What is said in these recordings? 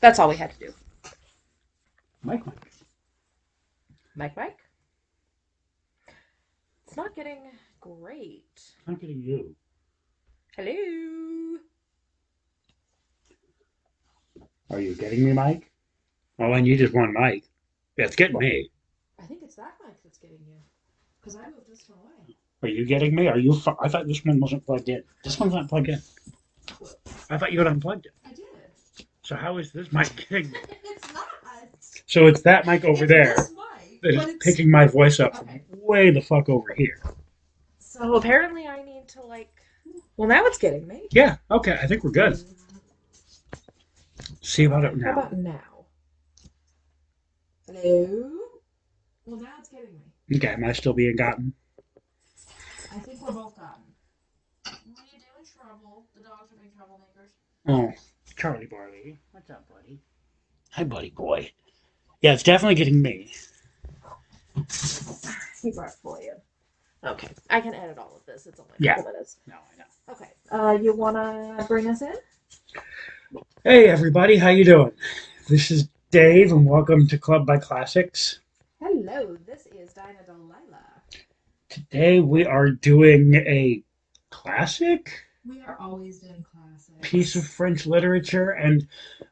That's all we had to do. Mike, Mike. Mike, Mike. It's not getting great. It's not getting you. Hello. Are you getting me, Mike? Well, then you just want Mike. It's getting me. I think it's that mic that's getting you. Because I moved this one away. Are you getting me? Are you? Fu- I thought this one wasn't plugged in. This one's not plugged in. I thought you had unplugged it. I did. So how is this mic getting me? it's not. So it's that mic over It's there this mic, but that is it's- picking my voice up from Okay. way the fuck over here. So apparently I need to like. Well, now it's getting me. Yeah. Okay. I think we're good. See about it How now. about now? Hello. Well, now it's getting me. Okay. Am I still being gotten? I think we're both gotten. What are you doing, trouble? The dogs are big troublemakers. Oh, Charlie Barley. What's up, buddy? Hi, buddy boy. Yeah, it's definitely getting me. He brought for you. Okay, I can edit all of this. It's only a Yeah. couple minutes. No, I know. Okay. Uh, you wanna bring us in? Hey, everybody. How you doing? This is Dave, and welcome to Club by Classics. Hello. This is Dinah Delilah. Today we are doing a classic We are always doing classics. piece of French literature, and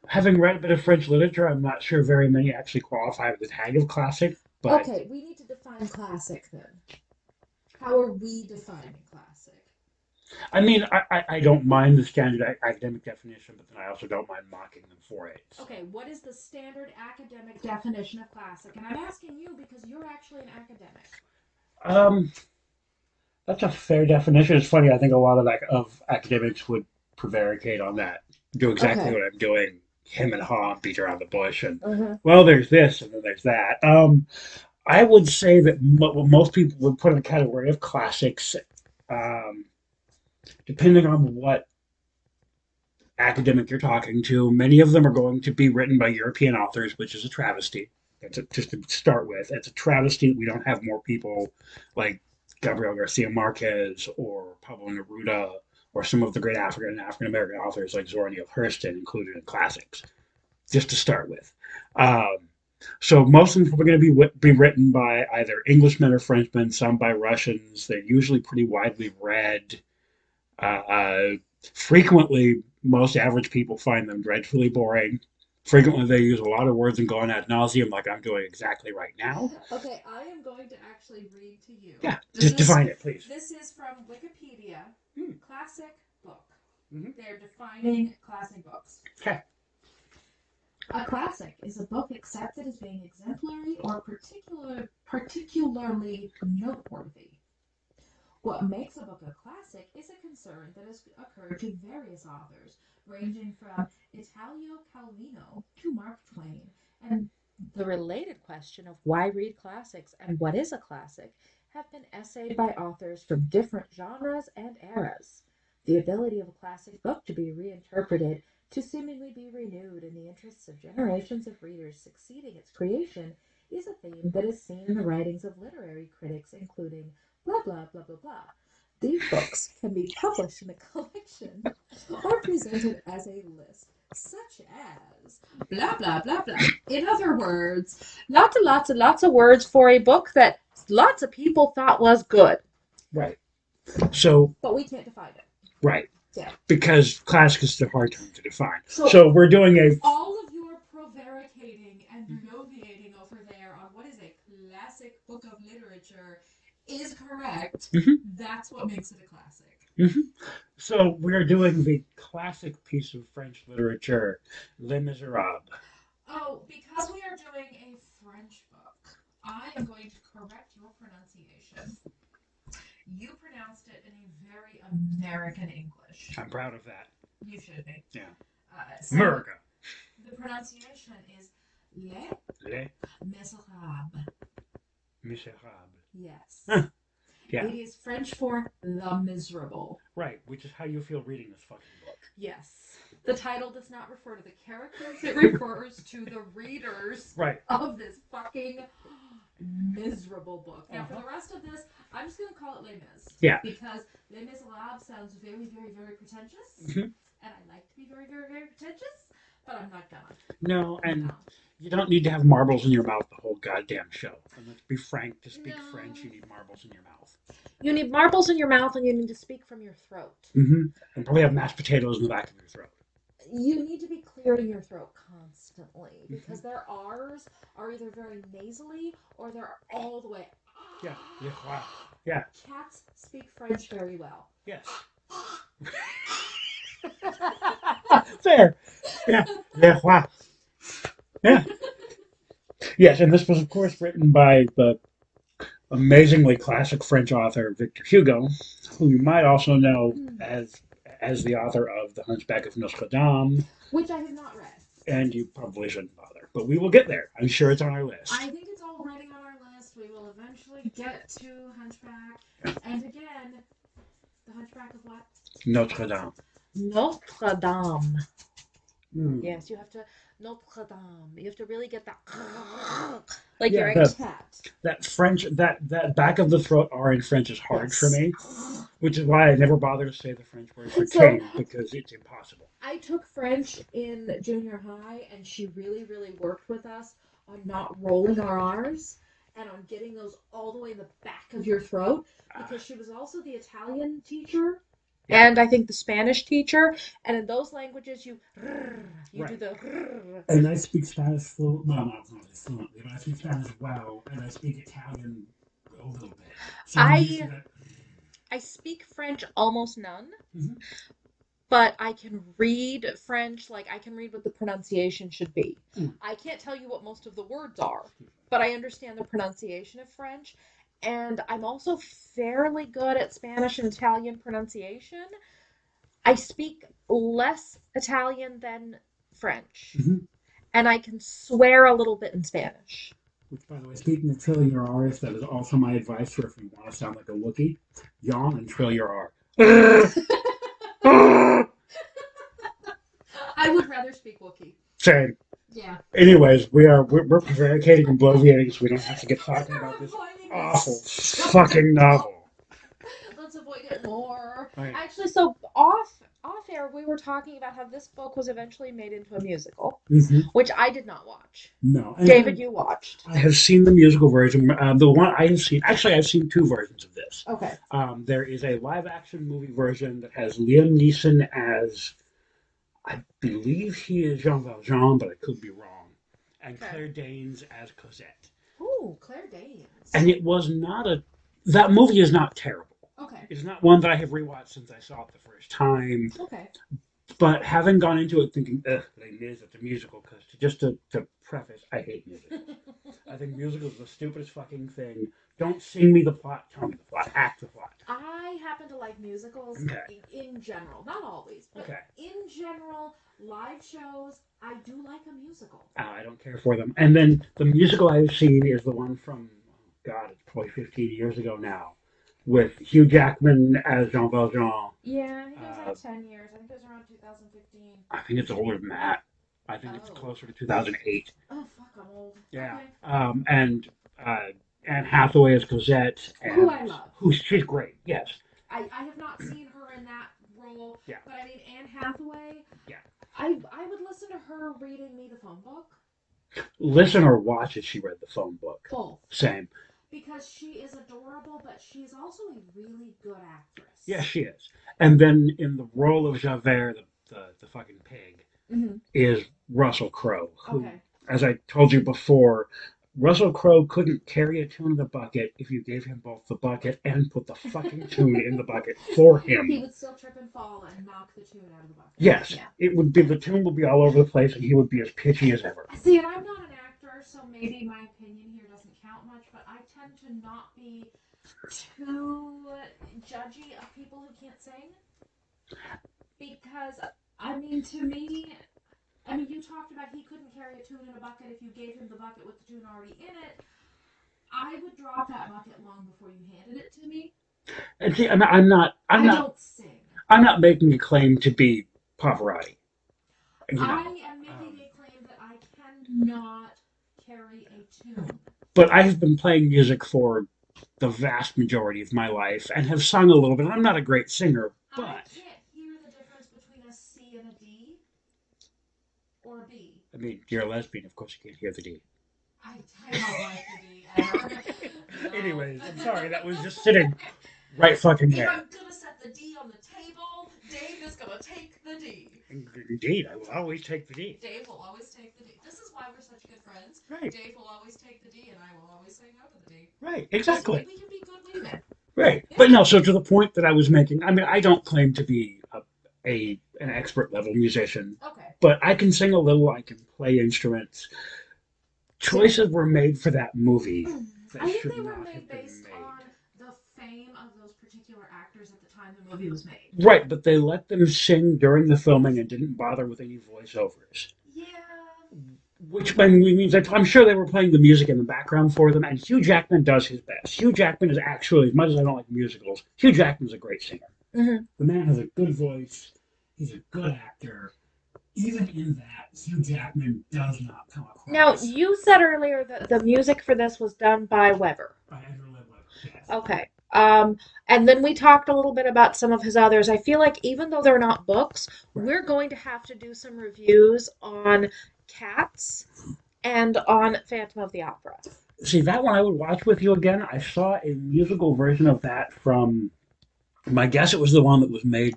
having read a bit of French literature, I'm not sure very many actually qualify with the tag of classic. But Okay, we need to define classic then. How are we defining classic? I mean, I, I, I don't mind the standard a- academic definition, but then I also don't mind mocking them for it. Okay, what is the standard academic definition of classic? And I'm asking you because you're actually an academic. Um, that's a fair definition. It's funny. I think a lot of like of academics would prevaricate on that. Do exactly Okay. what I'm doing. Him and ha, beat around the bush, and Mm-hmm. well, there's this and then there's that. Um, I would say that mo- what most people would put in the category of classics, um, depending on what academic you're talking to, many of them are going to be written by European authors, which is a travesty. That's a, just to start with, it's a travesty that we don't have more people like Gabriel Garcia Marquez or Pablo Neruda or some of the great African and African American authors like Zora Neale Hurston included in classics, just to start with. Um, so most of them are going to be wi- be written by either Englishmen or Frenchmen, some by Russians. They're usually pretty widely read. Uh, uh, frequently, most average people find them dreadfully boring. Frequently, they use a lot of words and go on ad nauseum, like I'm doing exactly right now. Okay, I am going to actually read to you. Yeah, This just is- define it, please. This is from Wikipedia, Hmm. classic book. Mhm. They're defining classic books. Okay. A classic is a book accepted as being exemplary or particular, particularly noteworthy. What makes a book a classic is a concern that has occurred to various authors, ranging from Italio Calvino to Mark Twain, and the related question of why read classics and what is a classic have been essayed by authors from different genres and eras. The ability of a classic book to be reinterpreted, to seemingly be renewed in the interests of generations of readers succeeding its creation, is a theme that is seen in the writings of literary critics, including blah blah blah blah blah. These books can be published in a collection or presented as a list, such as blah blah blah blah. In other words, lots and lots and lots of words for a book that lots of people thought was good, Right. So but we can't define it. right. Yeah. Because classic is a hard term to define. So- so we're doing a All of you are prevaricating and bloviating over there on what is a classic book of literature is correct. Mhm. That's what makes it a classic. So we're doing the classic piece of French literature, Les Miserables. Oh, because we are doing a French book, I am going to correct your pronunciation. You pronounced it in a very American English. I'm proud of that. You should be. Yeah. Uh, so America. The pronunciation is Les Les Miserables. Miserables. Yes. Huh. Yeah. It is French for the miserable. Right, which is how you feel reading this fucking book. Yes. The title does not refer to the characters, it refers to the readers Right. of this fucking miserable book. Now, for Uh-huh. the rest of this, I'm just going to call it Les Mis. Yeah. Because Les Miserables sounds very, very, very pretentious. Mhm. And I like to be very, very, very pretentious. but I'm not gonna. No, and No. you don't need to have marbles in your mouth the whole goddamn show. And let's be frank, to speak No. French, you need marbles in your mouth. You need marbles in your mouth and you need to speak from your throat. hmm And probably have mashed potatoes in the back of your throat. You need to be clearing your throat constantly Mm-hmm. because their R's are either very nasally or they're all the way. Yeah, yeah, wow. Yeah. Cats speak French very well. Yes. Fair. Yeah. Yeah. Wow. Yeah. Yes, and this was, of course, written by the amazingly classic French author Victor Hugo, who you might also know as as the author of The Hunchback of Notre Dame, Which I have not read. and you probably shouldn't bother, but we will get there. I'm sure it's on our list. I think it's already on our list. We will eventually get to Hunchback. And again, the Hunchback of what? Notre Dame. Notre Dame. Mm. Yes, you have to. Notre Dame. You have to really get that. Like Yeah, you're that's- Cat. That French, that that back of the throat R in French is hard Yes. for me, which is why I never bother to say the French word for So- king because it's impossible. I took French in junior high, and she really, really worked with us on not rolling our R's and on getting those all the way in the back of your throat because she was also the Italian teacher. and I think the Spanish teacher. And in those languges, you you do Right. the. And I speak Spanish fluent. Well, not really fluently, but I speak Spanish well, and I speak Italian a little bit. So I'm I- used to that- I speak French almost none, Mhm. but I can read French. Like I can read what the pronunciation should be. Mm. I can't tell you what most of the words are, but I understand the pronunciation of French. And I'm also fairly good at Spanish and Italian pronunciation. I speak less Italian than French. Mhm. And I can swear a little bit in Spanish. Which, by the way, speaking of trilling your R's, that is also my advice for if you want to sound like a Wookiee, yawn and trill your R. I would rather speak Wookiee. Same. Yeah. Anyways, we are we're, we're prevaricating and bloviating, so we don't have to get talking about this awful fucking novel. Let's avoid it more. Right. Actually, so off off air, we were talking about how this book was eventually made into a musical, Mhm. which I did not watch. No. Mm-hmm. And David, you watched. I have seen the musical version. Uh, the one I have seen, actually, I've seen two versions of this. Okay. Um, there is a live-action movie version that has Liam Neeson as, I believe he is Jean Valjean, but I could be wrong, and Okay. Claire Danes as Cosette. Ooh, Claire Danes. And it was not a. That movie is not terrible. Okay. It's not one that I have rewatched since I saw it the first time. Okay. But having gone into it thinking, ugh, Les Mis, it's a musical, because just to, to preface, I hate music. I think musicals are the stupidest fucking thing. Don't sing me the plot, tell me the plot, act the plot. I happen to like musicals Okay. in general, not always, but Okay. in general, live shows. I do like a musical. Uh, I don't care for them. And then the musical I've seen is the one from, oh God, it's probably 15 years ago now, with Hugh Jackman as Jean Valjean. Yeah, I think it was Uh, like ten years. I think it was around 2015. I think it's older than that. I think it's Oh. closer to 2008. Oh fuck, I'm old. Yeah. Okay. Um, and uh, Anne Hathaway as Cosette. And Who I love. Who she's great. Yes. I, I have not seen her in that role. Yeah. But I mean Anne Hathaway. Yeah. I I would listen to her reading me the phone book. Listen or watch as she read the phone book. Both. Same. Because she is adorable, but she's also a really good actress. Yes, she is. And then in the role of Javert, the the, the fucking pig, Mhm. is Russell Crowe, who, Okay. as I told you before. Russell Crowe couldn't carry a tune in a bucket if you gave him both the bucket and put the fucking tune in the bucket for him. He would still trip and fall and knock the tune out of the bucket. Yes, Yeah. it would be the tune would be all over the place, and he would be as pitchy as ever. See, and I'm not an actor, so maybe my opinion here doesn't count much, but I tend to not be too judgy of people who can't sing. Because, I mean, to me, I mean, you talked about he couldn't carry a tune in a bucket if you gave him the bucket with the tune already in it. I would drop that bucket long before you handed it to me. And see, I'm not, I'm not, I'm I not, don't sing. I'm not making a claim to be Pavarotti. You know, I am making a claim that I cannot carry a tune. but I have been playing music for the vast majority of my life and have sung a little bit. I'm not a great singer, I but can't hear the difference between a C and a D. or B? I mean, you're a lesbian, of course you can't hear the D. I, I don't like the D. I don't- no. Anyways, I'm sorry, that was just sitting right fucking If there. I'm gonna set the D on the table, Dave is gonna take the D. Indeed, I will always take the D. Dave will always take the D. This is why we're such good friends. Right, Dave will always take the D, and I will always say no to the D. right, 'Cause exactly. We can be good women. Right. But no, so to the point that I was making, I mean, I don't claim to be a, a an expert level musician, Okay. but I can sing a little, I can play instruments. Choices were made for that movie that I think should they were not have made been based made. on the fame of those particular actors at the time the movie was made. Right, but they let them sing during the filming and didn't bother with any voiceovers. Yeah. Which I mean, means that I'm sure they were playing the music in the background for them, and Hugh Jackman does his best. Hugh Jackman is actually, as much as I don't like musicals, Hugh Jackman's a great singer. Mm-hmm. Mhm. The man has a good voice. He's a good actor. Even in that, Hugh Jackman does not come across. Now, you said earlier that the music for this was done by Weber. by Edgar Ludwig. Yes. uh, Okay. Um, and then we talked a little bit about some of his others. I feel like even though they're not books, we're going to have to do some reviews on Cats and on Phantom of the Opera. See, that one I would watch with you again. I saw a musical version of that from, my guess it was the one that was made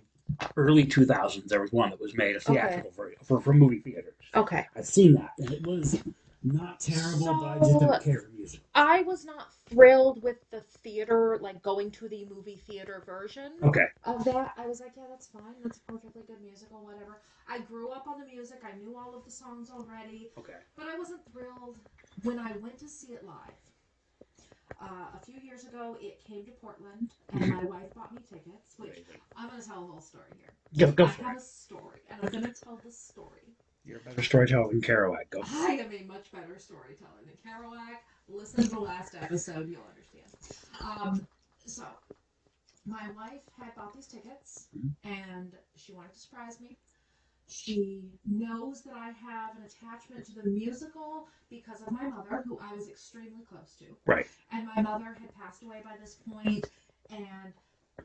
early 2000s. There was one that was made a theatrical version for, for movie theaters. Okay. I've seen that. And it was not terrible, but I just So- don't care for music. I was not thrilled with the theater, like going to the movie theater version Okay. Of that, I was like, yeah, that's fine. That's a perfectly good musical, whatever. I grew up on the music. I knew all of the songs already. Okay. But I wasn't thrilled when I went to see it live. Uh, a few years ago, it came to Portland, and Mm-hmm. my wife bought me tickets. Which I'm going to tell a little story here. Go, go I for have it. a story, and I'm going to tell the story. You're a better storyteller than Kerouac. Go. I am a much better storyteller than Kerouac. Listen to the last episode, you'll understand. Um, so, my wife had bought these tickets Mhm. and she wanted to surprise me. She knows that I have an attachment to the musical because of my mother, who I was extremely close to. Right. And my mother had passed away by this point, and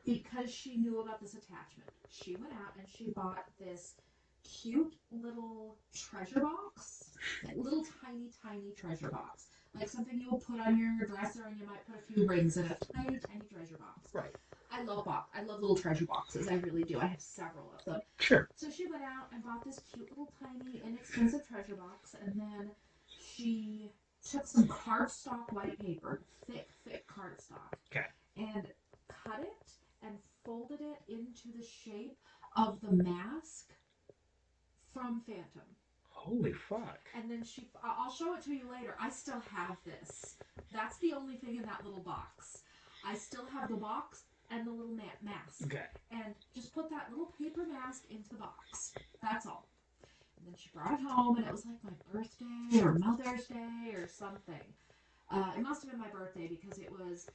because she knew about this attachment, she went out and she bought this cute little treasure box, like little tiny, tiny treasure box, like something you will put on your dresser and you might put a few rings in a tiny, tiny treasure box. Right. I love box. I love little treasure boxes. I really do. I have several of them. Sure. So she went out and bought this cute little tiny inexpensive treasure box, and then she took some cardstock white paper, thick, thick cardstock, Okay. and cut it and folded it into the shape of the mask from Phantom. Holy fuck. And then she, I- I'll show it to you later. I still have this. That's the only thing in that little box. I still have the box and the little ma- mask Okay. and just put that little paper mask into the box. That's all. And then she brought it home, and it was like my birthday or Mother's Day or something. Uh, it must have been my birthday because it was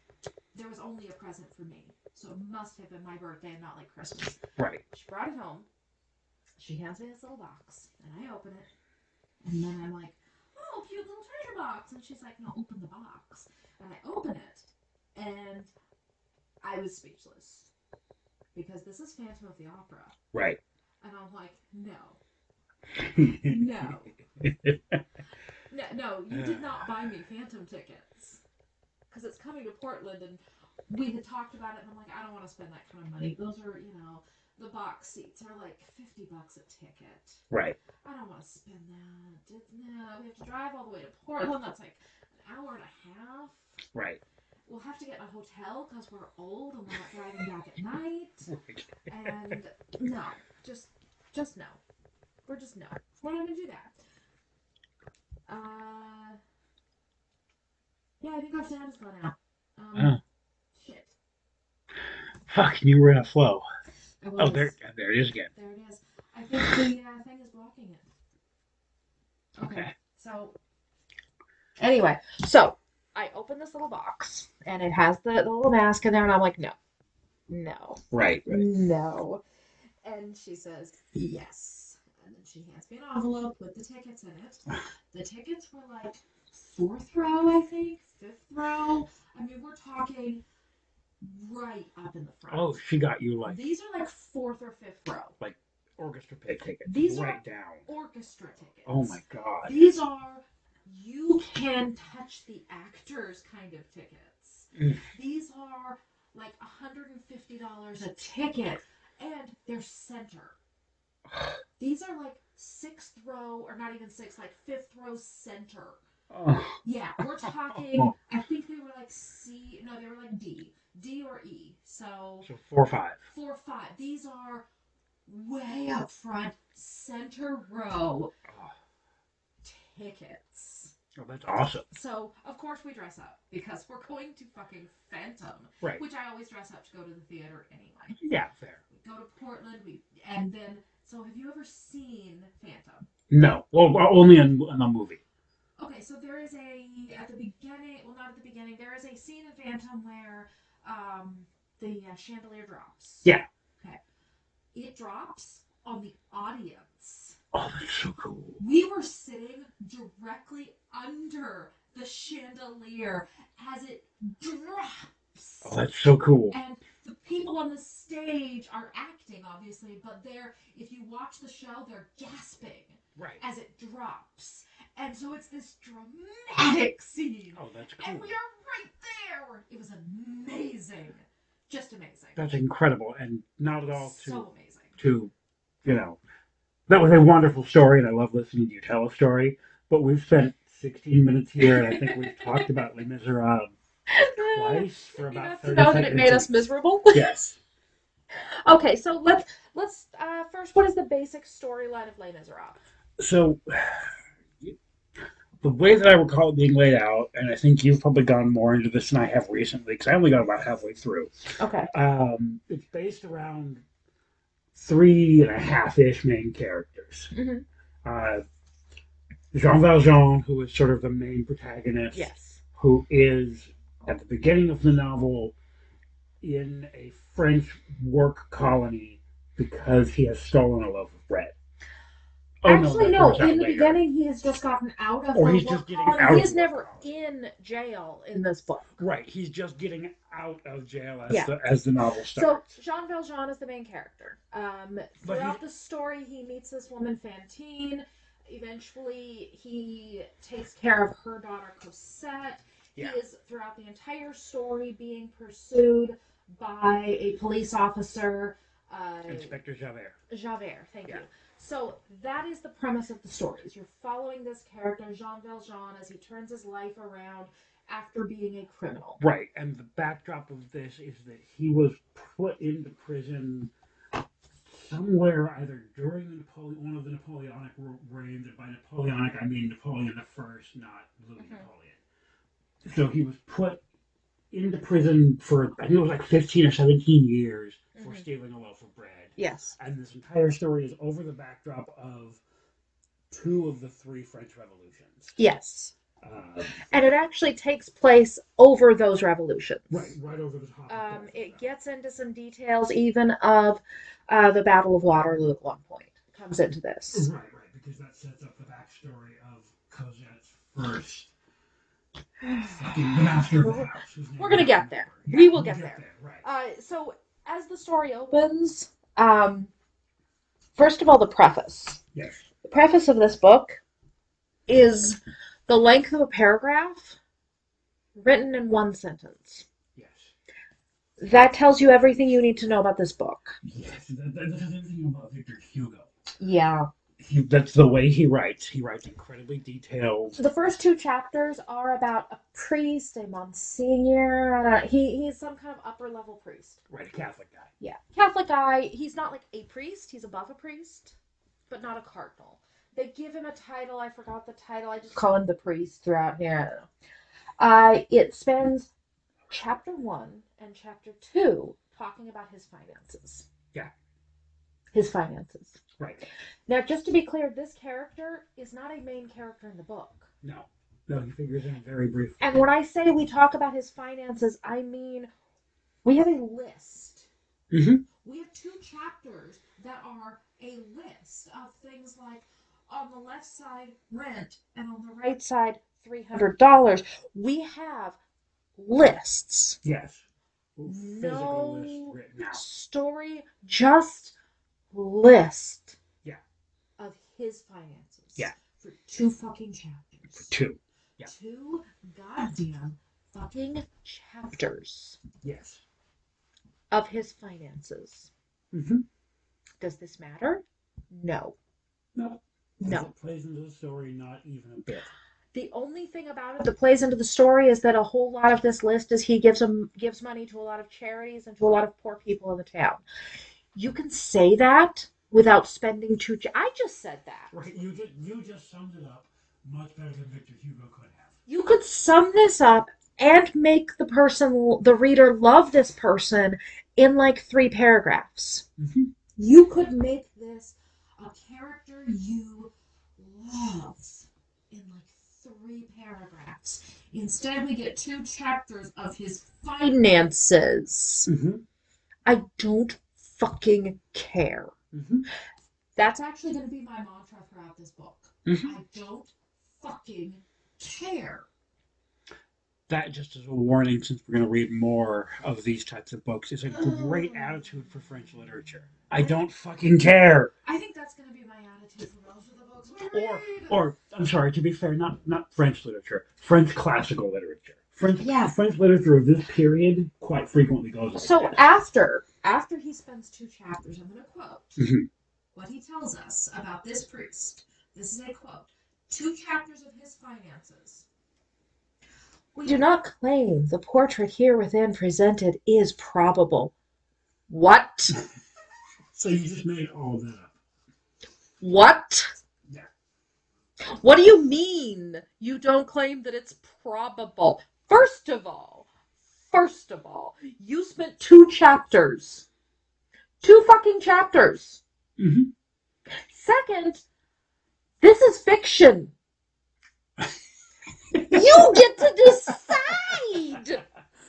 there was only a present for me, so it must have been my birthday and not like Christmas. Right. She brought it home. She hands me this little box, and I open it, and then I'm like, "Oh, cute little treasure box!" And she's like, "No, open the box." And I open it, and I was speechless because this is Phantom of the Opera, Right. and I'm like, "No, no, no, no! You did not buy me Phantom tickets because it's coming to Portland, and we had talked about it, and I'm like, I don't want to spend that kind of money. Those are, you know." The box seats are like fifty bucks a ticket. right. I don't want to spend that. It's- No, we have to drive all the way to Portland. That's like an hour and a half. Right. We'll have to get a hotel because we're old and we're not driving back at night. And no, just, just no. We're just no. We're not gonna do that. Uh, yeah, I think our sound has gone out. Um, Huh. shit. Fuck, you were in a flow. I was, Oh, there, there it is again. There it is. I think the uh, thing is blocking it. Okay. So Anyway, so I open this little box and it has the, the little mask in there, and I'm like, no, no, Right. Right. no. And she says, yes. And then she hands me an envelope with the tickets in it. The tickets were like fourth row, I think, fifth row. I mean, we're talking right up in the front. Oh, she got you like These are like fourth or fifth row. orchestra pit tickets. These are- right down. Orchestra tickets. Oh my god. These are you can touch the actors kind of tickets. Mm. These are like $150 a ticket and they're center. These are like sixth row, or not even sixth, like fifth row center. Oh, Yeah, we're talking, I think they were like C, no, they were like D, D or E. So so four or five. four, five. These are way up front, center row Oh, tickets. oh, that's awesome. So of course we dress up because we're going to fucking Phantom, Right. which I always dress up to go to the theater anyway. Yeah, fair. We go to Portland, we and then so have you ever seen Phantom? No, well, well, only in, in the movie. Okay, so there is a at the beginning, well not at the beginning, there is a scene in Phantom where um the uh, chandelier drops. Yeah. Okay. It drops on the audience. Oh, that's so cool. We were sitting directly under the chandelier as it drops. Oh, that's so cool. And the people on the stage are acting, obviously, but they're, if you watch the show, they're gasping Right. as it drops. And so it's this dramatic scene. Oh, that's And cool. we are right there. It was amazing. Just amazing. That's incredible, and not at all too so amazing. to, you know, that was a wonderful story, and I love listening to you tell a story. But we've spent 16 minutes here, and I think we've talked about Les Miserables twice for You know, about to 30 know that seconds. it made us miserable. Yes. Okay, so let's let's uh, first. What is the basic storyline of Les Miserables? So, the way that I recall it being laid out, and I think you've probably gone more into this than I have recently, because I only got about halfway through. Okay. Um, it's based around three and a half ish main characters. Mhm. Uh, Jean Valjean, who is sort of the main protagonist, Yes. who is at the beginning of the novel in a French work colony because he has stolen a loaf of bread. Oh, Actually, that no. comes out In the later. beginning, he has just gotten out of. Or the he's work just getting colony. out of He is the never work colony. in jail in this book. Right, he's just getting out of jail as, Yeah. the, as the novel So starts. Jean Valjean is the main character. Um, But throughout the story, he meets this woman Fantine. Eventually, he takes care of her daughter Cosette. Yeah. He is throughout the entire story being pursued by a police officer. Uh, Inspector Javert. Javert, thank Yeah. you. So that is the premise of the story. Is you're following this character Jean Valjean as he turns his life around after being a criminal. Right, and the backdrop of this is that he was put into prison somewhere either during the Napoleon, one of the Napoleonic ru- reigns, and by Napoleonic I mean Napoleon the First, not Louis Mhm. Napoleon. So he was put into prison for I think it was like fifteen or seventeen years for Mhm. stealing a loaf of bread, Yes. and this entire story is over the backdrop of two of the three French revolutions. Yes. Uh, And it actually takes place over those revolutions. right, right over the top. of Um, both of it them. gets into some details even of uh, the Battle of Waterloo at one point. Comes into this. Right, right, because that sets up the backstory of Cosette's first fucking the master of the house. whose name We're gonna I get don't there. remember. We will we'll get there. Right. Uh, so as the story opens, um, first of all, the preface. yes. The preface of this book is the length of a paragraph written in one sentence. Yes. That tells you everything you need to know about this book. Yes. That, that, that's everything about Victor Hugo. Yeah. He, that's the way he writes. He writes incredibly detailed. So the first two chapters are about a priest, a monsignor. uh, He he's some kind of upper level priest. Right, a Catholic guy. Yeah. Catholic guy, he's not like a priest, he's above a priest, but not a cardinal. They give him a title, I forgot the title, I just call him the priest throughout here. I don't know. Uh, it spends chapter one and chapter two talking about his finances. Yeah. His finances. Right. Now, just to be clear, this character is not a main character in the book. No. No, he figures in very briefly. And when I say we talk about his finances, I mean we have a list. Mhm. We have two chapters that are a list of things like on the left side rent and on the right right side $300. We have lists, Yes. Physical No. list written out. story, just list Yeah. of his finances. Yeah. For two fucking chapters. for two. yeah. Two goddamn fucking chapters Yes. of his finances. Mm-hmm. Does this matter? No. No. No. It plays into the story not even a bit. The only thing about it that plays into the story is that a whole lot of this list is he gives him gives money to a lot of charities and to a lot of poor people in the town. You can say that without spending too. Ch- I just said that. Right. You just you just summed it up much better than Victor Hugo could have. You could sum this up and make the person, the reader, love this person in like three paragraphs. Mm-hmm. You could make this a character you love in like three paragraphs. Instead, we get two chapters of his fine. Finances. Mm-hmm. I don't fucking care. Mm-hmm. That's That's actually going to be my mantra throughout this book. Mhm. I don't fucking care. That just as a warning, since we're going to read more of these types of books, is a great attitude for French literature. I don't fucking care. I think that's going to be my attitude for most of the books we Or, read. or I'm sorry, to be fair, not not French literature, French classical literature. French, Yeah. French literature of this period quite frequently goes. like so that. after After he spends two chapters, I'm going to quote Mhm. what he tells us about this priest. This is a quote. Two chapters of his finances. We do not claim the portrait here within presented is probable. What? So you just made all that up. What? Yeah. What do you mean you don't claim that it's probable? First of all, first of all, you spent two chapters. Two fucking chapters. Mhm. Second, this is fiction. you get to decide. You,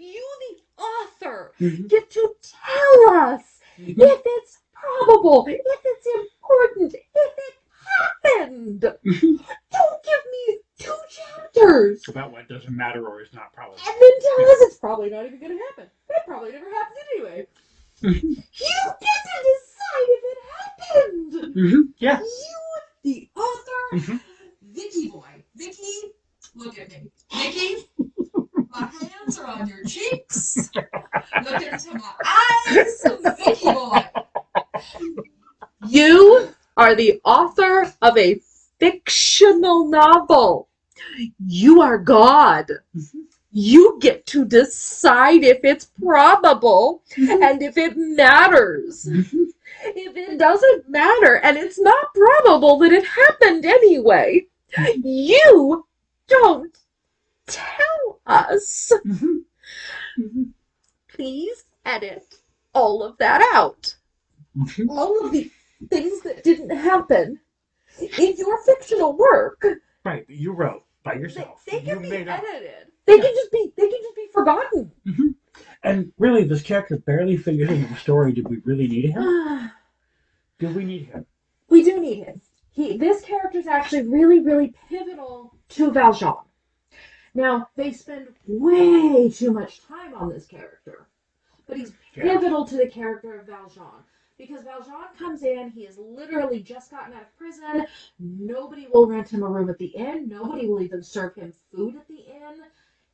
you the author, Mhm. get to tell us Mhm. if it's probable, if it's important, if it happened. Mhm. Don't give me two chapters About what doesn't matter or is not probable. and then tell us it's probably not even going to happen. That probably never happened anyway. Mhm. You get to decide if it happened. Mhm. Yeah. You, The author, Mhm. Vicky boy. Vicky, look at me. Vicky, my hands are on your cheeks. Look into my eyes. Vicky boy. you are the author of a fictional novel. You are God. Mhm. You get to decide if it's probable and if it matters. Mhm. If it doesn't matter and it's not probable that it happened anyway, you don't tell us. Mhm. Mhm. Please edit all of that out. Mhm. All of the things that didn't happen in your fictional work. Right, that you wrote by yourself. They, they you can be made up. edited. They Yeah. can just be they can just be forgotten. And really, this character barely figures into the story. Did we really need him? Do we need him? we do need him. He this character is actually really, really pivotal to Valjean. Now they spend way too much time on this character, but he's Yeah. pivotal to the character of Valjean because Valjean comes in. He has literally just gotten out of prison. Nobody will rent him a room at the inn. Nobody will even serve him food at the inn.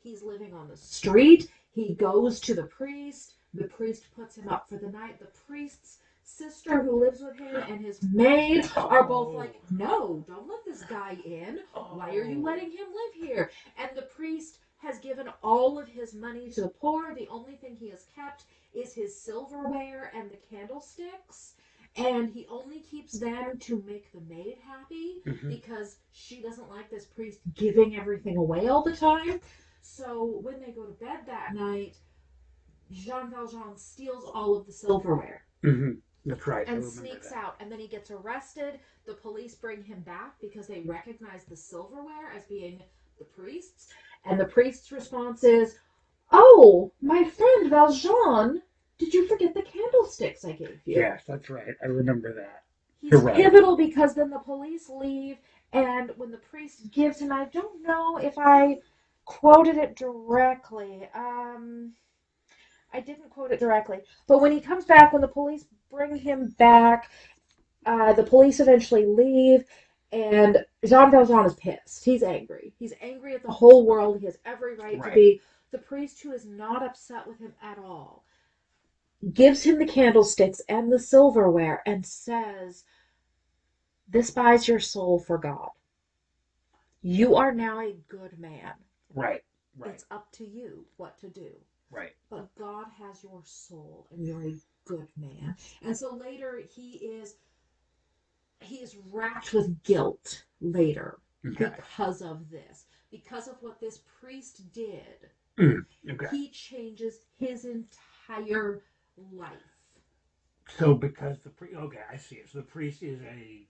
He's living on the street. He goes to the priest. The priest puts him up for the night. The priest's sister, who lives with him, and his maid are both like, No, don't let this guy in. Why are you letting him live here? And the priest has given all of his money to the poor. The only thing he has kept is his silverware and the candlesticks. And he only keeps them to make the maid happy Mhm. because she doesn't like this priest giving everything away all the time. So when they go to bed that night, Jean Valjean steals all of the silverware Mm-hmm. That's right. I and remember sneaks that. out and then he gets arrested the police bring him back because they recognize the silverware as being the priest's and the priest's response is oh my friend valjean did you forget the candlesticks i gave you Yes, that's right. I remember that. he's You're right. pivotal because then the police leave and when the priest gives him i don't know if i quoted it directly um i I didn't quote it directly, but when he comes back, when the police bring him back, uh, the police eventually leave, and Jean Valjean is pissed. He's angry. He's angry at the whole world. He has every right to Right. be. The priest, who is not upset with him at all, gives him the candlesticks and the silverware and says, This buys your soul for God. You are now a good man. Right. Right. It's up to you what to do. Right. But God has your soul, and you're a good man. And so later he is he is racked with guilt later Okay. because of this, because of what this priest did. Okay. He changes his entire life. So because the priest, okay, I see. So the priest is a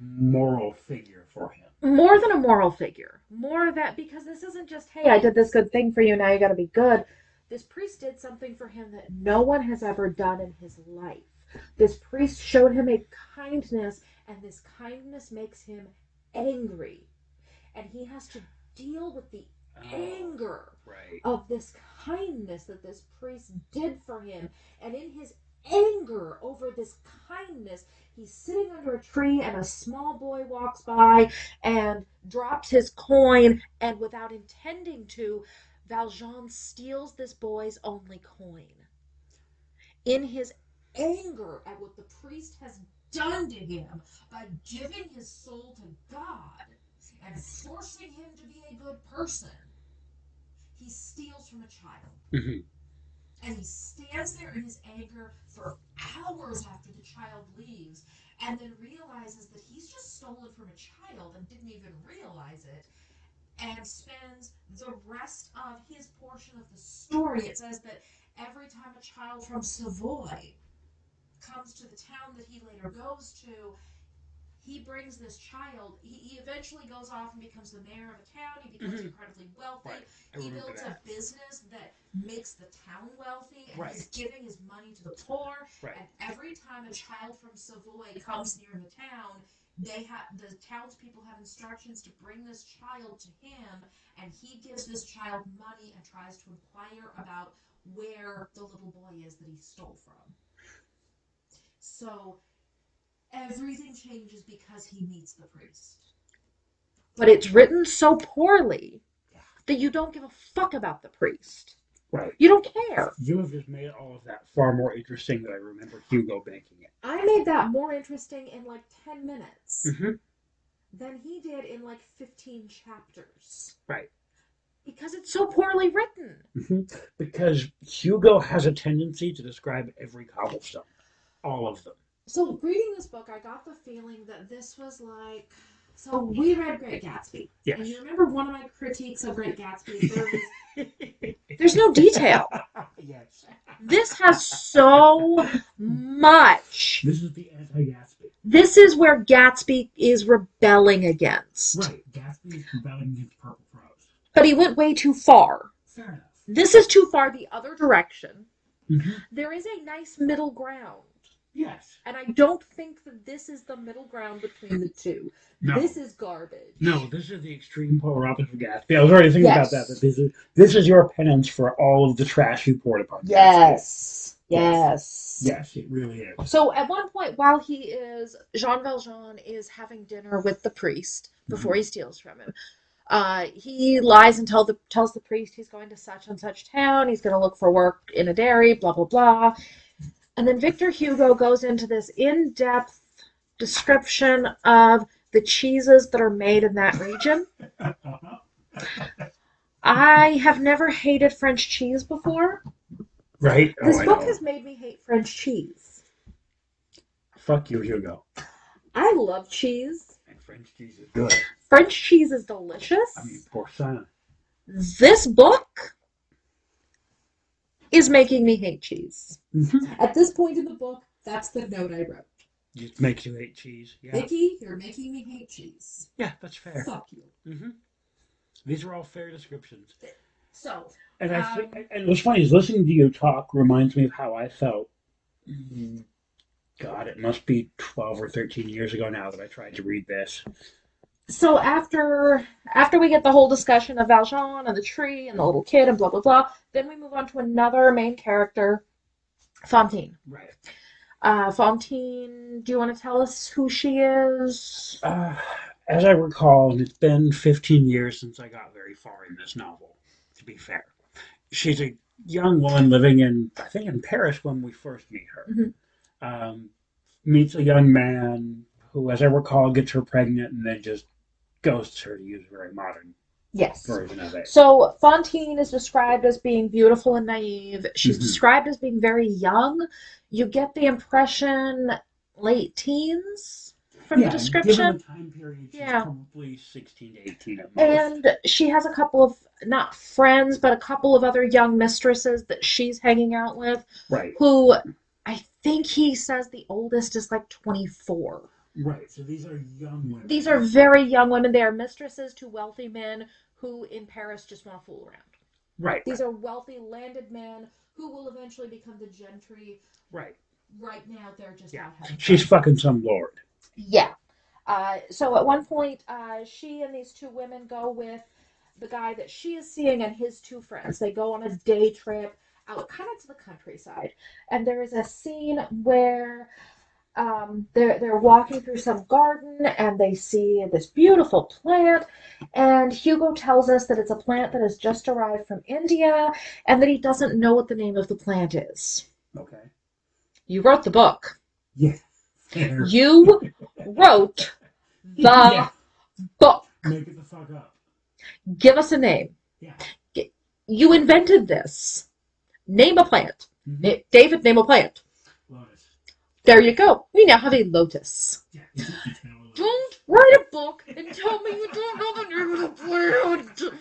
moral figure for him. More than a moral figure. More of that, because this isn't just, hey, I did this good thing for you, now you gotta be good. This priest did something for him that no one has ever done in his life. This priest showed him a kindness, and this kindness makes him angry. And he has to deal with the Oh. anger. Oh, right. Of this kindness that this priest did for him, and in his anger over this kindness, He's sitting under a tree, and a small boy walks by and drops his coin, and without intending to, Valjean steals this boy's only coin. In his anger at what the priest has done to him by giving his soul to God and forcing him to be a good person, he steals from a child. Mhm. And he stands there in his anger for hours after the child leaves and then realizes that he's just stolen from a child and didn't even realize it and spends the rest of his portion of the story. It says that every time a child from Savoy comes to the town that he later goes to, he brings this child. He, he eventually goes off and becomes the mayor of a town. He becomes Mhm. incredibly wealthy. Right. I He remember builds that. a business that makes the town wealthy, and he's Right. giving his money to the poor. Right. And every time a child from Savoy comes near the town, they have the townspeople have instructions to bring this child to him, and he gives this child money and tries to inquire about where the little boy is that he stole from. So everything changes because he meets the priest. but it's written so poorly that you don't give a fuck about the priest. Right. You don't care. You have just made all of that far more interesting than I remember Hugo making it. I made that more interesting in like 10 minutes Mhm. than he did in like 15 chapters. Right. Because it's so poorly written. Mm-hmm. Because Hugo has a tendency to describe every cobblestone, all of them. So reading this book, I got the feeling that this was like. So we read Great Gatsby, and Yes. you remember one of my critiques of Great Gatsby is there was There's no detail. yes. This has so much. This is the anti-Gatsby. This is where Gatsby is rebelling against. Right. Gatsby is rebelling against purple prose. But he went way too far. Fair enough. This is too far the other direction. Mhm. There is a nice middle ground. Yes. And I don't think that this is the middle ground between the two. No. This is garbage. No, this is the extreme polar opposite of Gatsby. I was already thinking Yes. about that. That this is this is your penance for all of the trash you poured upon. Gatsby. Yes. Yes. Yes, it really is. So at one point, while he is Jean Valjean is having dinner with the priest before Mm-hmm. he steals from him, uh, he lies and tell the tells the priest he's going to such and such town. He's going to look for work in a dairy. Blah blah blah. And then Victor Hugo goes into this in depth description of the cheeses that are made in that region. Uh-huh. I have never hated French cheese before. Right? Oh, This I book know. has made me hate French cheese. Fuck you, Hugo. I love cheese. And French cheese is good. French cheese is delicious. I mean, porcelain. This book is making me hate cheese. Mm-hmm. at this point in the book, that's the note I wrote. Just makes you hate cheese. Yeah. Vicky, you're making me hate cheese. Yeah, that's fair. Fuck you. hmm These are all fair descriptions. So And I Um, thi- and what's funny is listening to you talk reminds me of how I felt. mm, God, it must be twelve or thirteen years ago now that I tried to read this, so after after we get the whole discussion of Valjean and the tree and the little kid and blah blah blah, then we move on to another main character, Fantine. Right. Uh, Fantine, do you want to tell us who she is? Uh, as I recall, and it's been 15 years since I got very far in this novel, to be fair. She's a young woman living in, I think, in Paris when we first meet her. Mhm. Um, meets a young man who, as I recall, gets her pregnant and then just ghosts her, to use a very modern Yes. version of it. So Fantine is described as being beautiful and naive. She's Mhm. described as being very young. You get the impression late teens from Yeah, the and description. Given the time period, she's Yeah. probably 16 to 18 at most. And she has a couple of, not friends, but a couple of other young mistresses that she's hanging out with right, who I think he says the oldest is like 24. Right. So these are young women. These are very young women. They are mistresses to wealthy men who in Paris just want to fool around. right, These are wealthy landed men who will eventually become the gentry. right. Right now, they're just Yeah. out having She's fucking some lord. Yeah. Uh, so at one point, uh, she and these two women go with the guy that she is seeing and his two friends. They go on a day trip out kind of to the countryside. And there is a scene where um, they're, they're walking through some garden and they see this beautiful plant. And Hugo tells us that it's a plant that has just arrived from India and that he doesn't know what the name of the plant is. Okay. You wrote the book. Yeah. Fair. You wrote the Yeah. book. Make it the fuck up. Give us a name. Yeah. G- You invented this. Name a plant. Mhm. Na- David, name a plant. Lotus. There you go. We now have a lotus. Yeah. it's a tower lotus. Don't write a book and tell me you don't know the name of the plant.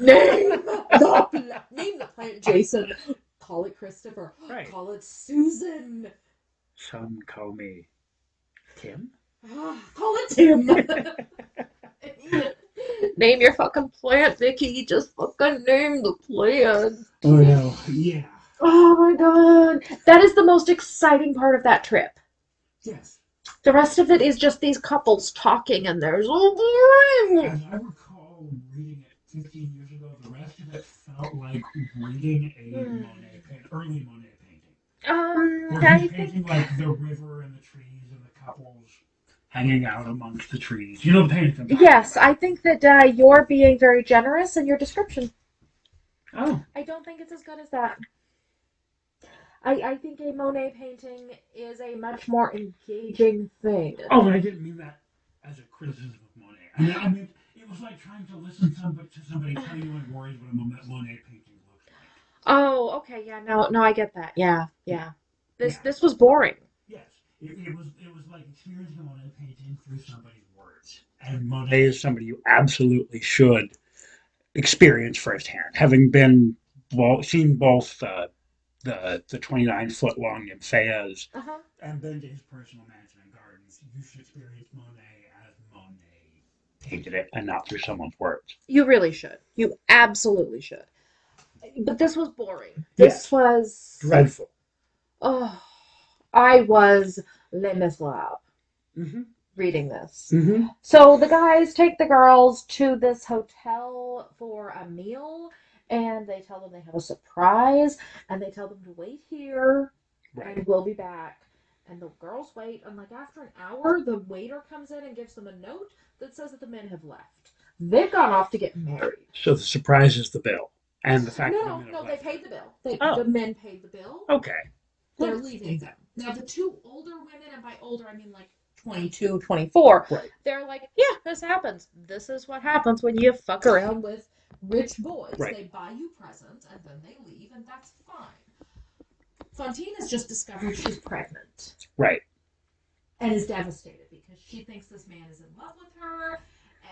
Name the plant. Name the plant Jason. Call it Christopher. Right. Call it Susan. Some call me Tim. Ah, Call it Tim. Name your fucking plant, Vicky. Just fucking name the plant. Oh no. Yeah. Oh my god. That is the most exciting part of that trip. Yes. The rest of it is just these couples talking, and there's oh boring. As I recall reading it 15 years ago, the rest of it felt like reading a Hmm. Monet painting, early Monet painting. Um, Where I he's painting think like the river and the trees and the couples hanging out amongst the trees. You know the painting. I'm talking yes, about. I think that uh, you're being very generous in your description. Oh. I don't think it's as good as that. I I think a Monet painting is a much more engaging thing. Oh, and I didn't mean that as a criticism of Monet. I mean, I mean it was like trying to listen somebody, to somebody tell you in words what a Mon- Monet painting looks like. Oh, okay, yeah, no, no, I get that. Yeah, yeah. This Yeah. this was boring. Yes, it, it was. It was like experiencing a Monet painting through somebody's words. And Monet Monet, is somebody you absolutely should experience firsthand, having been well, seen both uh, the the 29 foot long nymphaeas. Uh huh. and been to his personal mansion and gardens. You should experience Monet as Monet painted it and not through someone's words. You really should. You absolutely should. But this was boring. This Yes. was Dreadful. Oh, I was Les Miserables Mm-hmm. reading this. Mm-hmm. So the guys take the girls to this hotel for a meal, and they tell them they have a surprise, and they tell them to wait here, Right. and we'll be back. And the girls wait, and like after an hour, the waiter comes in and gives them a note that says that the men have left. They've gone off to get married. So the surprise is the bill and the fact that No, the no, they paid the bill. They, Oh. The men paid the bill. Okay. They're Yes. leaving them. Now, the two older women, and by older I mean like 22, 24. Right. They're like, yeah, this happens. This is what happens when you fuck around. hanging with rich boys. Right. They buy you presents and then they leave, and that's fine. Fantine has just discovered she's pregnant Right. and is devastated because she thinks this man is in love with her,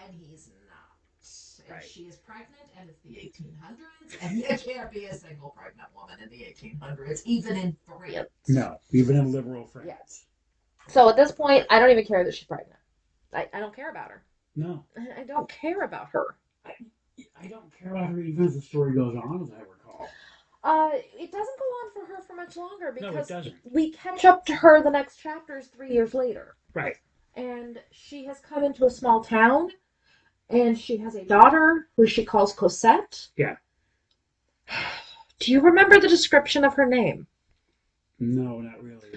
and he's not. And Right. she is pregnant, and it's the 1800s, and you can't be a single pregnant woman in the 1800s, even in France. No. Even in liberal France. Yes. So at this point, I don't even care that she's pregnant. I, I don't care about her. No. I- I don't care about her. I don't care about her even as the story goes on, as I recall. Uh, it doesn't go on for her for much longer No, it because doesn't. we catch up to her the next chapters three years later. Right. and she has come into a small town and she has a daughter who she calls Cosette. Yeah. Do you remember the description of her name? No, not really.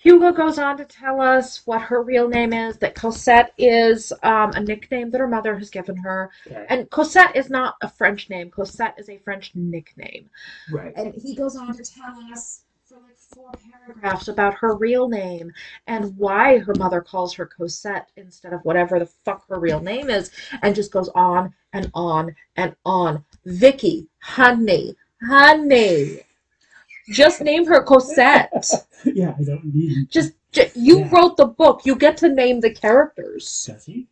Hugo goes on to tell us what her real name is, that Cosette is um, a nickname that her mother has given her. Okay. And Cosette is not a French name, Cosette is a French nickname. Right. And he goes on to tell us for like four paragraphs. Graphs about her real name and why her mother calls her Cosette instead of whatever the fuck her real name is, and just goes on and on and on. Vicky, honey, honey. Just name her Cosette. Yeah, I don't need. just, ju- you Yeah. wrote the book you get to name the characters Does he?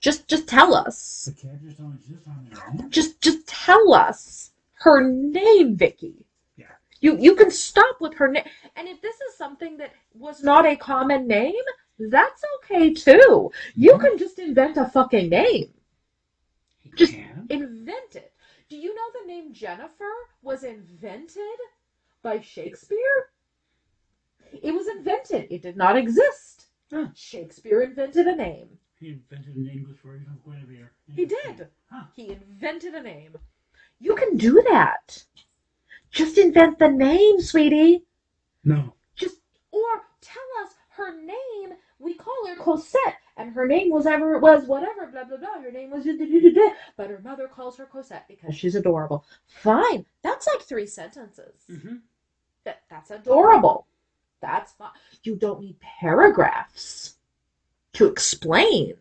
just just tell us The characters don't exist on their own. just just tell us her name vicky Yeah. you you can stop with her name and if this is something that was not a common name that's okay too Mm-hmm. you can just invent a fucking name He just- can. invent it do you know the name jennifer was invented by shakespeare it was invented it did not exist Huh. shakespeare invented a name He invented an English version of Guinevere. He did. Huh. He invented a name. You can do that. Just invent the name, sweetie. No. Just or tell us her name. We call her Cosette, and her name was ever it was whatever. Blah blah blah. Her name was da, da, da, da, da, but her mother calls her Cosette because she's adorable. Fine. That's like three sentences. Mm-hmm. That that's adorable. That's fine. You don't need paragraphs to explain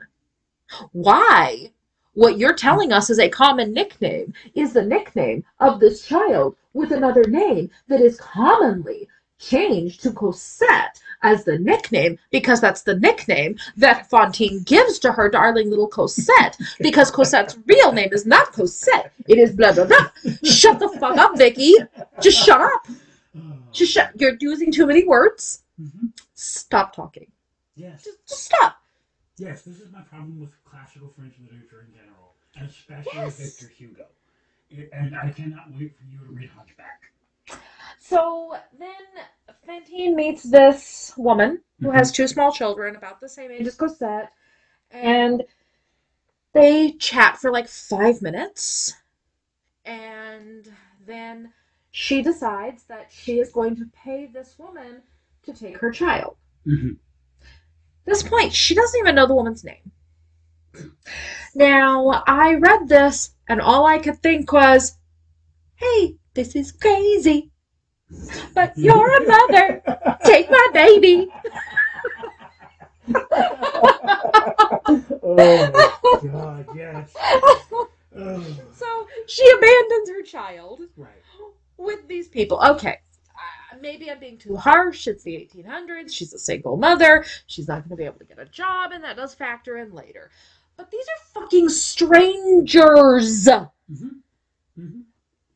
why what you're telling us is a common nickname is the nickname of this child with another name that is commonly changed to Cosette as the nickname because that's the nickname that Fontaine gives to her darling little Cosette because Cosette's real name is not Cosette. It is blah blah blah. Shut the fuck up, Vicky. Just shut up. Oh. Just shut. You're using too many words. Mm-hmm. Mhm. Stop talking. Yes. Just, just stop. Yes, this is my problem with classical French literature in general, and especially Yes. Victor Hugo. It- and I cannot wait for you to read Hunchback. So then Fantine meets this woman who Mhm. has two small children about the same age as Cosette, and they chat for like five minutes, and then she decides that she is going to pay this woman to take her child. hmm this point, she doesn't even know the woman's name. Now, I read this, and all I could think was, hey, this is crazy. But you're a mother. Take my baby. oh my god! Yes. Oh. So she abandons her child Right. with these people. Okay. Uh, maybe I'm being too harsh. It's the 1800s. She's a single mother. She's not going to be able to get a job, and that does factor in later. But these are fucking strangers. Mm-hmm. hmm hmm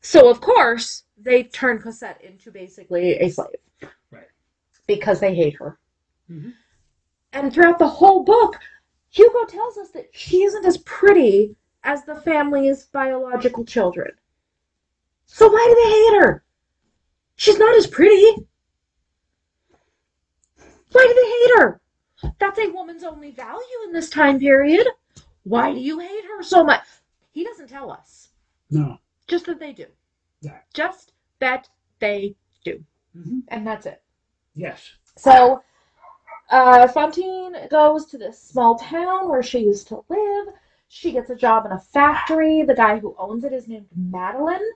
So of course they turn Cosette into basically a slave, Right. Because they hate her. Mhm. And throughout the whole book, Hugo tells us that she isn't as pretty as the family's biological children. So why do they hate her? She's not as pretty. Why do they hate her? That's a woman's only value in this time period. Why do you hate her so much? He doesn't tell us No. just that they do. Yeah. Just that they, Mm-hmm. hmm and that's it. Yes. So, uh, Fantine goes to this small town where she used to live. She gets a job in a factory. The guy who owns it is named Madeline.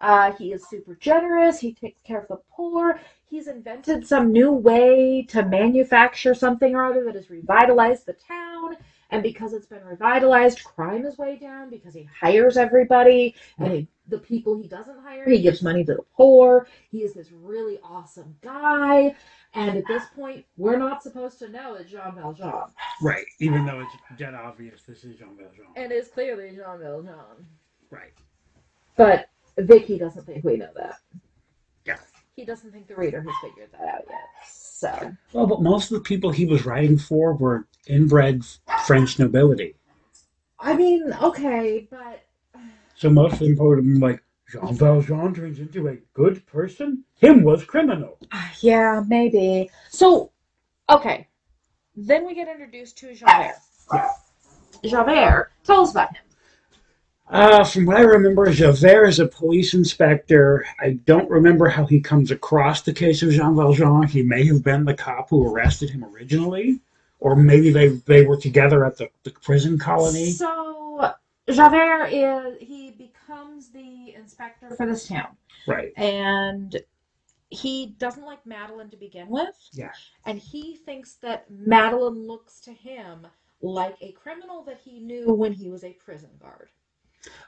Uh, he is super generous. He takes care of the poor. He's invented some new way to manufacture something or other that has revitalized the town. And because it's been revitalized, crime is way down because he hires everybody. And he, the people he doesn't hire, he gives money to the poor. He is this really awesome guy. And at this point, we're not supposed to know it's Jean Valjean. Right. Even though it's dead obvious, this is Jean Valjean. And it's clearly Jean Valjean. right. But Vicky doesn't think we know that. Yeah. He doesn't think the reader has figured that out yet. So Well, but most of the people he was writing for were inbred French nobility, I mean, okay, but so most of them would have been like Jean Valjean turns into a good person. Him was criminal. yeah, maybe. So okay. Then we get introduced to Javert. Javert, tell us about him. Uh, from what I remember, Javert is a police inspector. I don't remember how he comes across the case of Jean Valjean. He may have been the cop who arrested him originally, or maybe they, they were together at the, the prison colony. So Javert is he becomes the inspector for this town. Right. and he doesn't like Madeline to begin with. Yeah. And he thinks that Madeline looks to him like a criminal that he knew when he was a prison guard.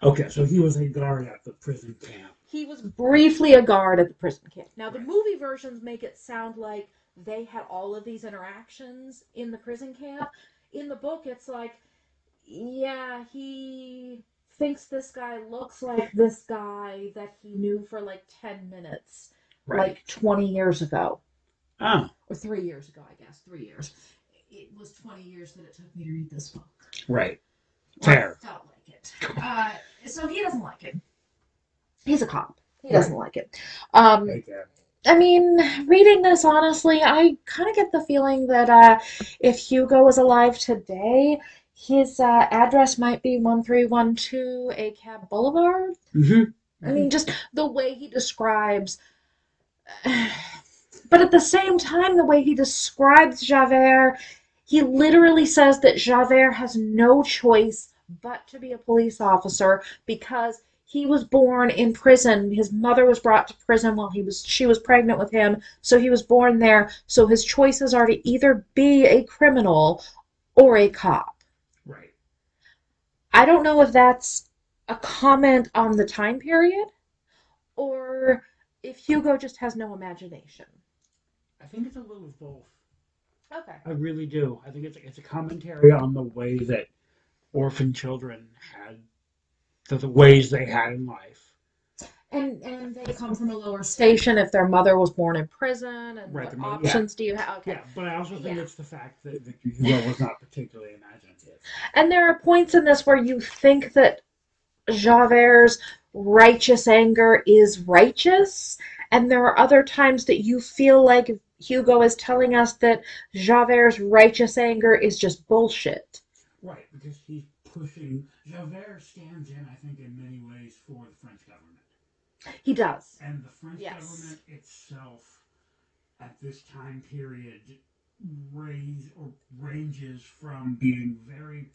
Okay, so he was a guard at the prison camp. He was briefly a guard at the prison camp. Now, the movie versions make it sound like they had all of these interactions in the prison camp. In the book, it's like, yeah, he thinks this guy looks like this guy that he knew for like 10 minutes, Right. like 20 years ago. Oh, or three years ago, I guess, three years. It was 20 years that it took me to read this book. right. Well, Fair. I felt like it. Uh, so he doesn't like it. He's a cop. He doesn't like it. Um, Right there. I mean, reading this honestly, I kind of get the feeling that uh, if Hugo was alive today, his uh, address might be 1312 A Cab Boulevard. Mhm. I mean, just the way he describes. But at the same time, the way he describes Javert, he literally says that Javert has no choice but to be a police officer because he was born in prison. His mother was brought to prison while he was she was pregnant with him, so he was born there. So his choices are to either be a criminal or a cop. Right. I don't know if that's a comment on the time period or if Hugo just has no imagination. I think it's a little of both. Okay. I really do. I think it's it's a commentary on the way that orphan children had the, the ways they had in life. And and they come from a lower state. Station if their mother was born in prison and Right, what the mo- options do you have? Okay. Yeah, but I also think Yeah. it's the fact that Victor Hugo was not particularly imaginative. And there are points in this where you think that Javert's righteous anger is righteous, and there are other times that you feel like Hugo is telling us that Javert's righteous anger is just bullshit. Right, because he's pushing. Javert stands in, I think, in many ways for the French government. He does. And the French Yes. government itself, at this time period, raise or ranges from being very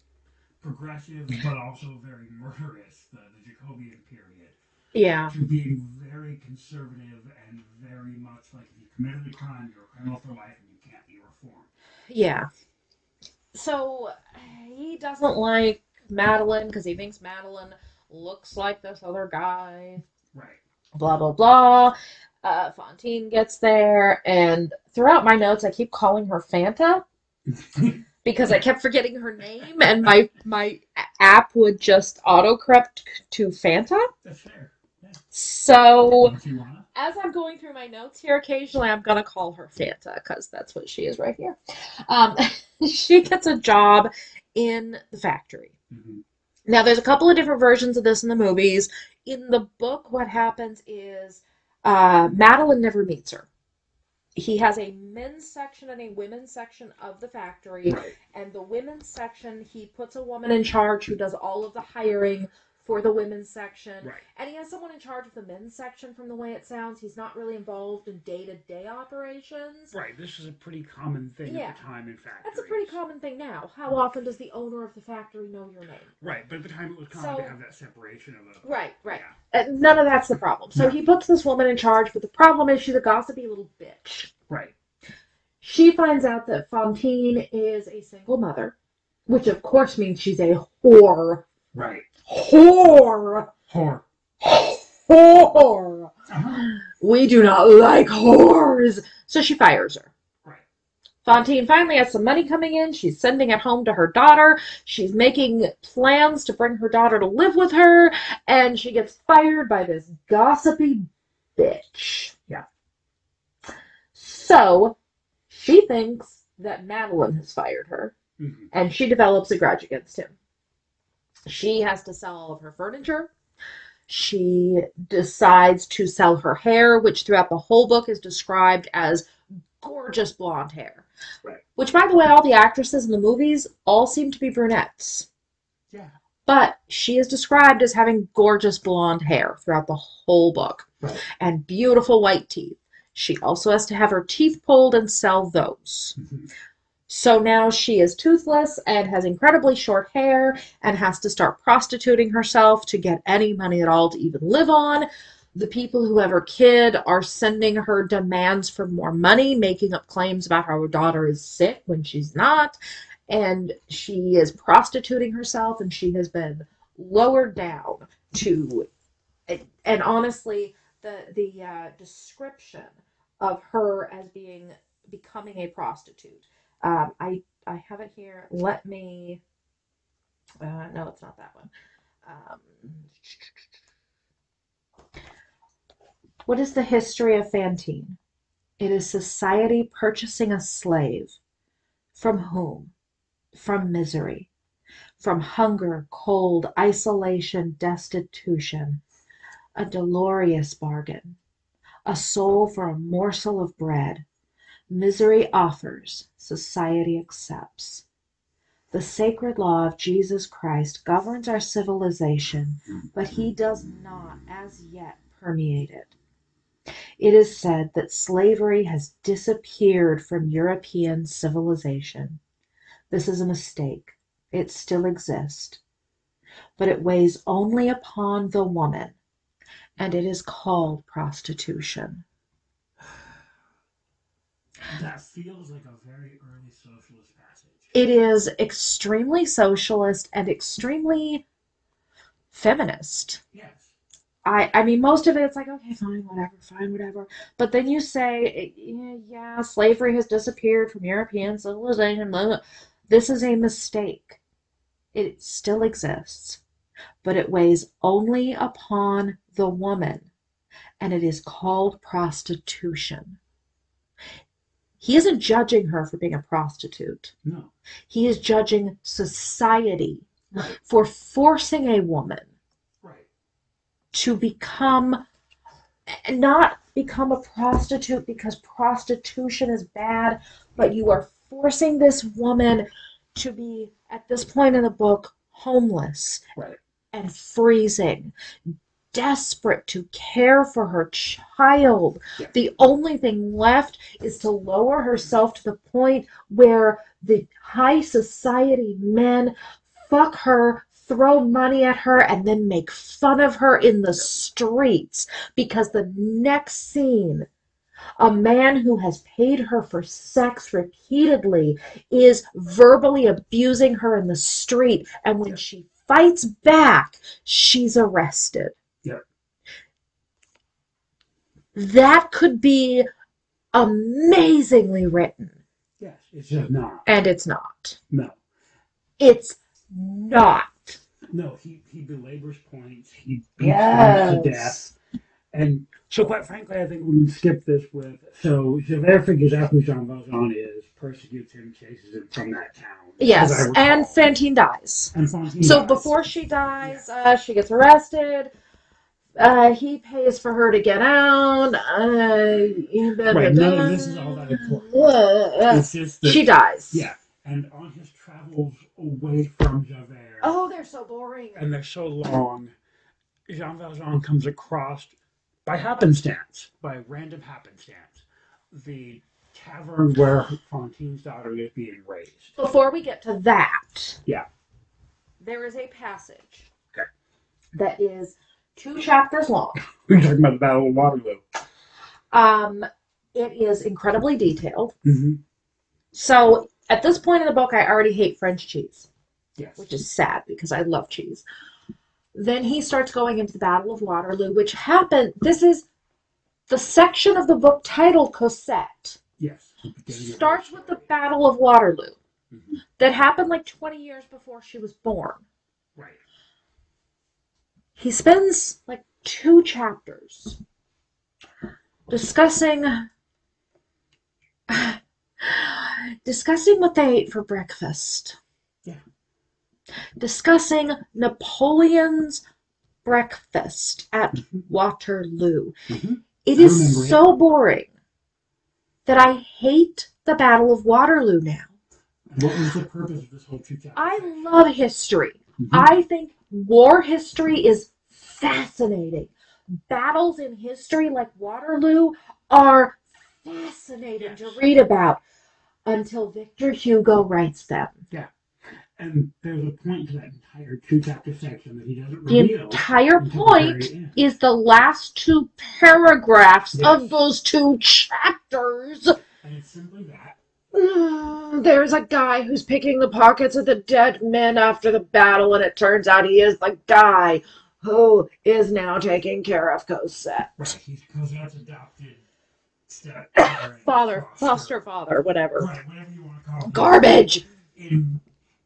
progressive but also very murderous, the, the Jacobean period, Yeah. to being very conservative and very much like if you committed a crime, you're a criminal for life and you can't be reformed. Yeah. So he doesn't like Madeline because he thinks Madeline looks like this other guy. Right. Blah blah blah. Uh, Fontaine gets there, and throughout my notes, I keep calling her Fanta because I kept forgetting her name, and my my app would just autocorrect to Fanta. That's fair. So Don't you wanna? as I'm going through my notes here, occasionally I'm gonna call her Fanta because that's what she is right here. Um, she gets a job in the factory. Mhm. Now, there's a couple of different versions of this in the movies. In the book, what happens is uh, Madeline never meets her. He has a men's section and a women's section of the factory, Right. and the women's section, he puts a woman in charge who does all of the hiring for the women's section. Right. And he has someone in charge of the men's section from the way it sounds. He's not really involved in day to day operations. Right. This is a pretty common thing Yeah. at the time in fact. That's a pretty common thing now. How often does the owner of the factory know your name? Right, but at the time it was common So- to have that separation of a Right, right. Yeah. Uh, none of that's the problem. So No. he puts this woman in charge, but the problem is she's a gossipy little bitch. Right. She finds out that Fontaine is a single mother, which of course means she's a whore. Right. Whore! Horror. Whore! Mm-hmm. Uh-huh. We do not like whores! So she fires her. Right. Fontaine finally has some money coming in. She's sending it home to her daughter. She's making plans to bring her daughter to live with her, and she gets fired by this gossipy bitch. Yeah. So she thinks that Madeline has fired her, hmm and she develops a grudge against him. She has to sell all of her furniture. She decides to sell her hair, which throughout the whole book is described as gorgeous blonde hair. Right. Which, by the way, all the actresses in the movies all seem to be brunettes. Yeah. But she is described as having gorgeous blonde hair throughout the whole book Right. and beautiful white teeth. She also has to have her teeth pulled and sell those. Mhm. So now she is toothless and has incredibly short hair and has to start prostituting herself to get any money at all to even live on. The people who have her kid are sending her demands for more money, making up claims about how her daughter is sick when she's not. And she is prostituting herself and she has been lowered down to. And honestly, the, the uh, description of her as being becoming a prostitute um, I I have it here. Let me. Uh, no, it's not that one. Um, what is the history of Fantine? It is society purchasing a slave. From whom? From misery. From hunger, cold, isolation, destitution. A dolorous bargain. A soul for a morsel of bread. Misery offers, society accepts. The sacred law of Jesus Christ governs our civilization, but he does not as yet permeate it. It is said that slavery has disappeared from European civilization. This is a mistake. It still exists. But it weighs only upon the woman, and it is called prostitution. That feels like a very early socialist passage. it is extremely socialist and extremely feminist. Yes. I, I mean, most of it, it's like, okay, fine, whatever, fine, whatever. But then you say, yeah, yeah, slavery has disappeared from European civilization. Blah, blah. This is a mistake. It still exists, but it weighs only upon the woman, and it is called prostitution. He isn't judging her for being a prostitute. No. He is judging society for forcing a woman Right. to become not become a prostitute because prostitution is bad, but you are forcing this woman to be at this point in the book homeless Right. and freezing, desperate to care for her child. Yeah. The only thing left is to lower herself to the point where the high society men fuck her, throw money at her, and then make fun of her in the streets because the next scene. A man who has paid her for sex repeatedly is verbally abusing her in the street, and when Yeah. she fights back, she's arrested. Yeah. That could be amazingly written, Yes. It's just not. and it's not. No. It's not. No. He he belabors points. He beats them to death. Yes. And so, quite frankly, I think we can skip this with. So, Javert figures out who Jean Valjean is, persecutes him, chases him from that town. as I Yes, recall. and Fantine dies. and Fontaine So dies. before she dies, uh, she gets arrested. Uh, he pays for her to get out. Uh, Right, none of this is all that important. important. it's just that, Uh, She dies. yeah. And on his travels away from Javert, Oh, they're so boring. and they're so long, Jean Valjean comes across by happenstance, by random happenstance, the tavern where Fontaine's daughter is being raised. Before we get to that, Yeah. there is a passage Okay. that is two chapters long. We We're talking about the Battle of Waterloo. Um, it is incredibly detailed. Mm-hmm. So at this point in the book, I already hate French cheese. Yes. which is sad because I love cheese. Then he starts going into the Battle of Waterloo, which happened. This is the section of the book titled Cosette Yes. starts with the Battle of Waterloo Mhm. that happened like 20 years before she was born. Right. He spends like two chapters discussing discussing what they ate for breakfast. Yeah. Discussing Napoleon's breakfast at Mm-hmm. Waterloo. Mhm. It I is remember it. so boring that I hate the Battle of Waterloo now. What was the purpose of this whole two chapter? I section? love history. Mhm. I think war history is fascinating. Battles in history like Waterloo are fascinating to Yes. read about until Victor Hugo writes them. and there's a point to that entire two chapter section that he doesn't The reveal. entire Mm-hmm. until the point very end. is the last two paragraphs of Yes. those two chapters. And it's simply that. Mm, There's a guy who's picking the pockets of the dead men after the battle, and it turns out he is the guy who is now taking care of Cosette. Right. He's Cosette's adopted step Father, foster father, whatever. Right, whatever you want to call him. Garbage! In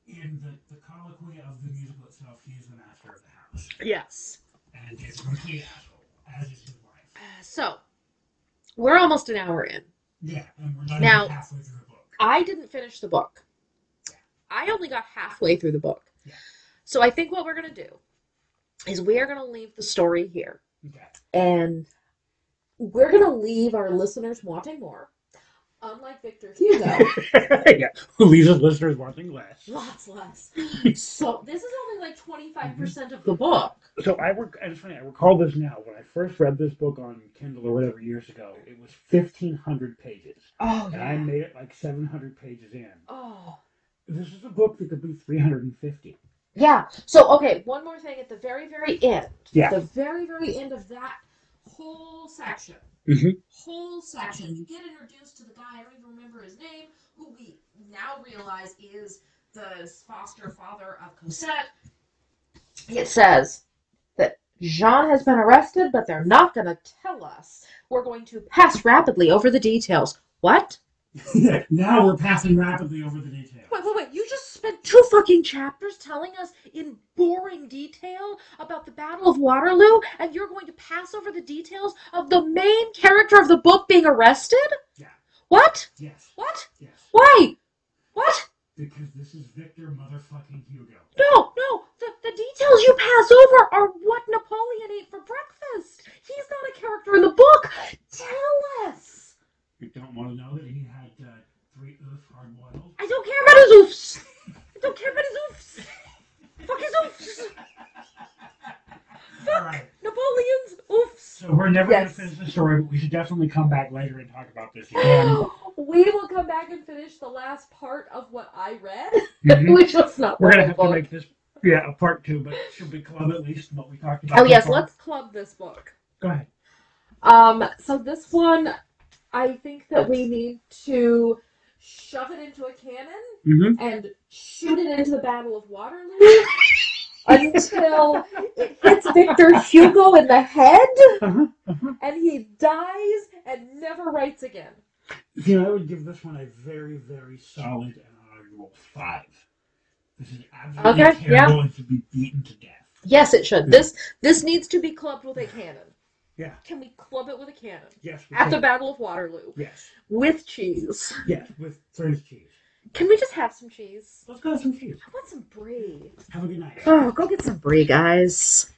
in the, the colloquy of the musical itself, he is the master of the house. Yes. And is a complete asshole, as is his wife. So, we're almost an hour in. Yeah, and we're not Now- even halfway through the book. I didn't finish the book. I only got halfway through the book. Yeah. So, I think what we're going to do is we are going to leave the story here. Okay. and we're going to leave our listeners wanting more. Unlike Victor Hugo, yeah. Who leaves his listeners wanting less. lots less. So this is only like 25% of the book. So I work. It's funny. I recall this now. When I first read this book on Kindle or whatever years ago, it was fifteen hundred pages, Oh, and I made it like seven hundred pages in. Oh. This is a book that could be three hundred and fifty. Yeah. So, okay, one more thing at the very, very end. Yeah. The very, very end of that whole section. Mhm. Whole section. You get introduced to the guy, I don't even remember his name, who we now realize is the foster father of Cosette. It says that Jean has been arrested, but they're not going to tell us. We're going to pass rapidly over the details. What? Yeah, now we're passing rapidly over the details. Wait, wait, wait. You just spent two fucking chapters telling us in boring detail about the Battle of Waterloo, and you're going to pass over the details of the main character of the book being arrested? Yeah. What? Yes, What? yes. Why? What? Because this is Victor motherfucking Hugo. No, no. The, the details you pass over are what Napoleon ate for breakfast. He's not a character in the book. Tell us. You don't want to know that he had uh, three oof hard boiled. I don't care about his oofs. I don't care about his oofs. Fuck his oofs. All right. Napoleon's oofs. So we're never Yes. going to finish the story, but we should definitely come back later and talk about this again. we will come back and finish the last part of what I read, Mm-hmm. Mhm. which was not We're gonna the have book. to make this yeah a part two, but should we club at least what we talked about? Oh so yes, far? let's club this book. go ahead. Um, so this one, I think that we need to shove it into a cannon Mm-hmm. and shoot it into the Battle of Waterloo until it hits Victor Hugo in the head Uh-huh, uh-huh. and he dies and never writes again. You know, I would give this one a very, very solid and honorable five. This is absolutely Okay, yeah. terrible and should be beaten to death. Yes, it should. This this needs to be clubbed with a cannon. Yeah. Can we club it with a cannon? Yes. we At the can. Battle of Waterloo. Yes. With cheese. Yes. With French cheese. Can we just have some cheese? Let's go have some cheese. I want some brie. Have a good night. Oh, go get some brie, guys.